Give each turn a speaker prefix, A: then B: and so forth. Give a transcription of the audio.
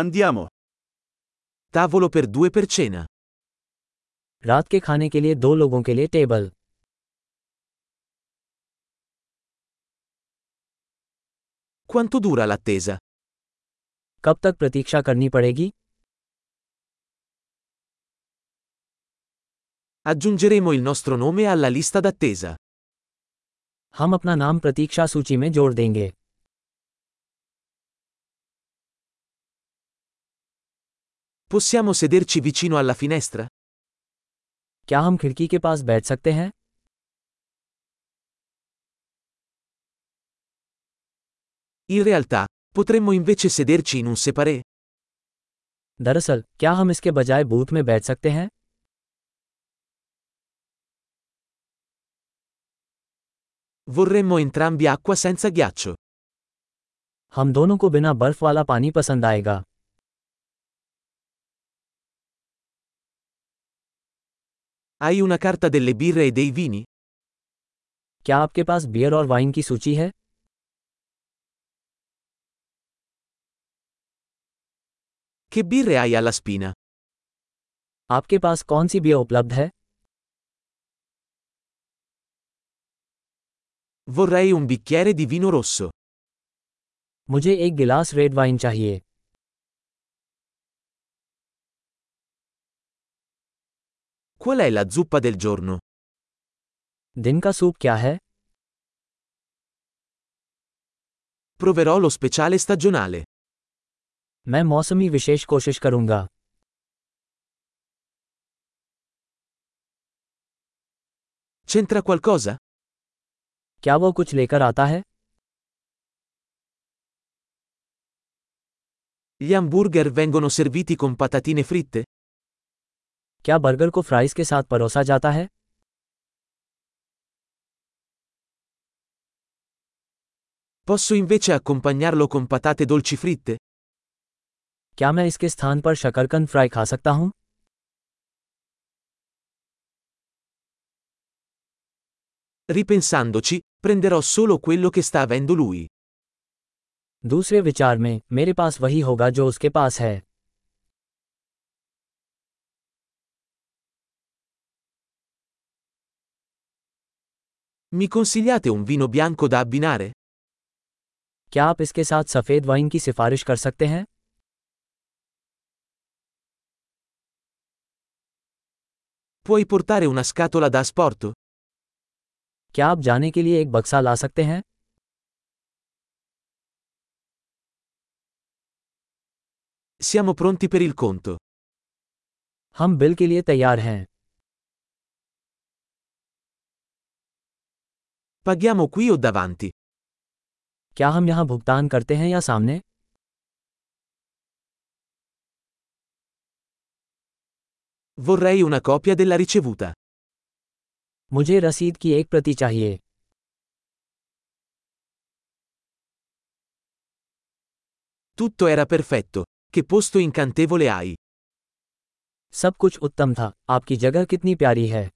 A: Andiamo. Tavolo per due per cena.
B: रात के खाने के लिए दो लोगों के लिए टेबल
A: Quanto dura l'attesa?
B: कब तक प्रतीक्षा करनी पड़ेगी
A: Aggiungeremo il nostro nome alla lista d'attesa.
B: हम अपना नाम प्रतीक्षा सूची में जोड़ देंगे
A: Possiamo sederci vicino alla finestra?
B: क्या हम खिड़की के पास बैठ सकते हैं
A: In realtà, potremmo invece sederci in un separé.
B: दरअसल क्या हम इसके बजाय बूथ में बैठ सकते हैं
A: Vorremmo entrambi acqua senza ghiaccio.
B: हम दोनों को बिना बर्फ वाला पानी पसंद आएगा
A: Hai una carta delle birre e dei vini?
B: क्या आपके पास बियर और वाइन की सूची है
A: Che birre hai alla spina?
B: आपके पास कौन सी बियर उपलब्ध है
A: Vorrei un bicchiere di vino rosso.
B: मुझे एक गिलास रेड वाइन चाहिए
A: Qual è la zuppa del giorno?
B: दिन का सूप क्या है
A: Proverò lo speciale stagionale.
B: मैं मौसमी विशेष कोशिश करूंगा
A: C'entra qualcosa?
B: क्या वो कुछ लेकर आता है
A: Gli hamburger vengono serviti con patatine fritte?
B: क्या बर्गर को फ्राइज के साथ परोसा जाता है
A: Posso invece accompagnarlo con patate dolci fritte?
B: क्या मैं इसके स्थान पर शकरकंद फ्राई खा सकता हूँ
A: Ripensandoci, prenderò solo quello che sta avendo lui.
B: दूसरे विचार में मेरे पास वही होगा जो उसके पास है
A: Mi consigliate un vino bianco da abbinare?
B: क्या आप इसके साथ सफ़ेद वाइन की सिफारिश कर सकते हैं
A: Puoi portare una scatola da asporto?
B: क्या आप जाने के लिए एक बक्सा ला सकते हैं
A: Siamo pronti per il conto.
B: हम बिल के लिए तैयार हैं
A: Paghiamo qui o davanti?
B: क्या हम यहाँ भुगतान करते हैं या सामने
A: Vorrei una copia della ricevuta.
B: मुझे रसीद की एक प्रति चाहिए
A: Tutto era perfetto. Che posto incantevole hai!
B: सब कुछ उत्तम था आपकी जगह कितनी प्यारी है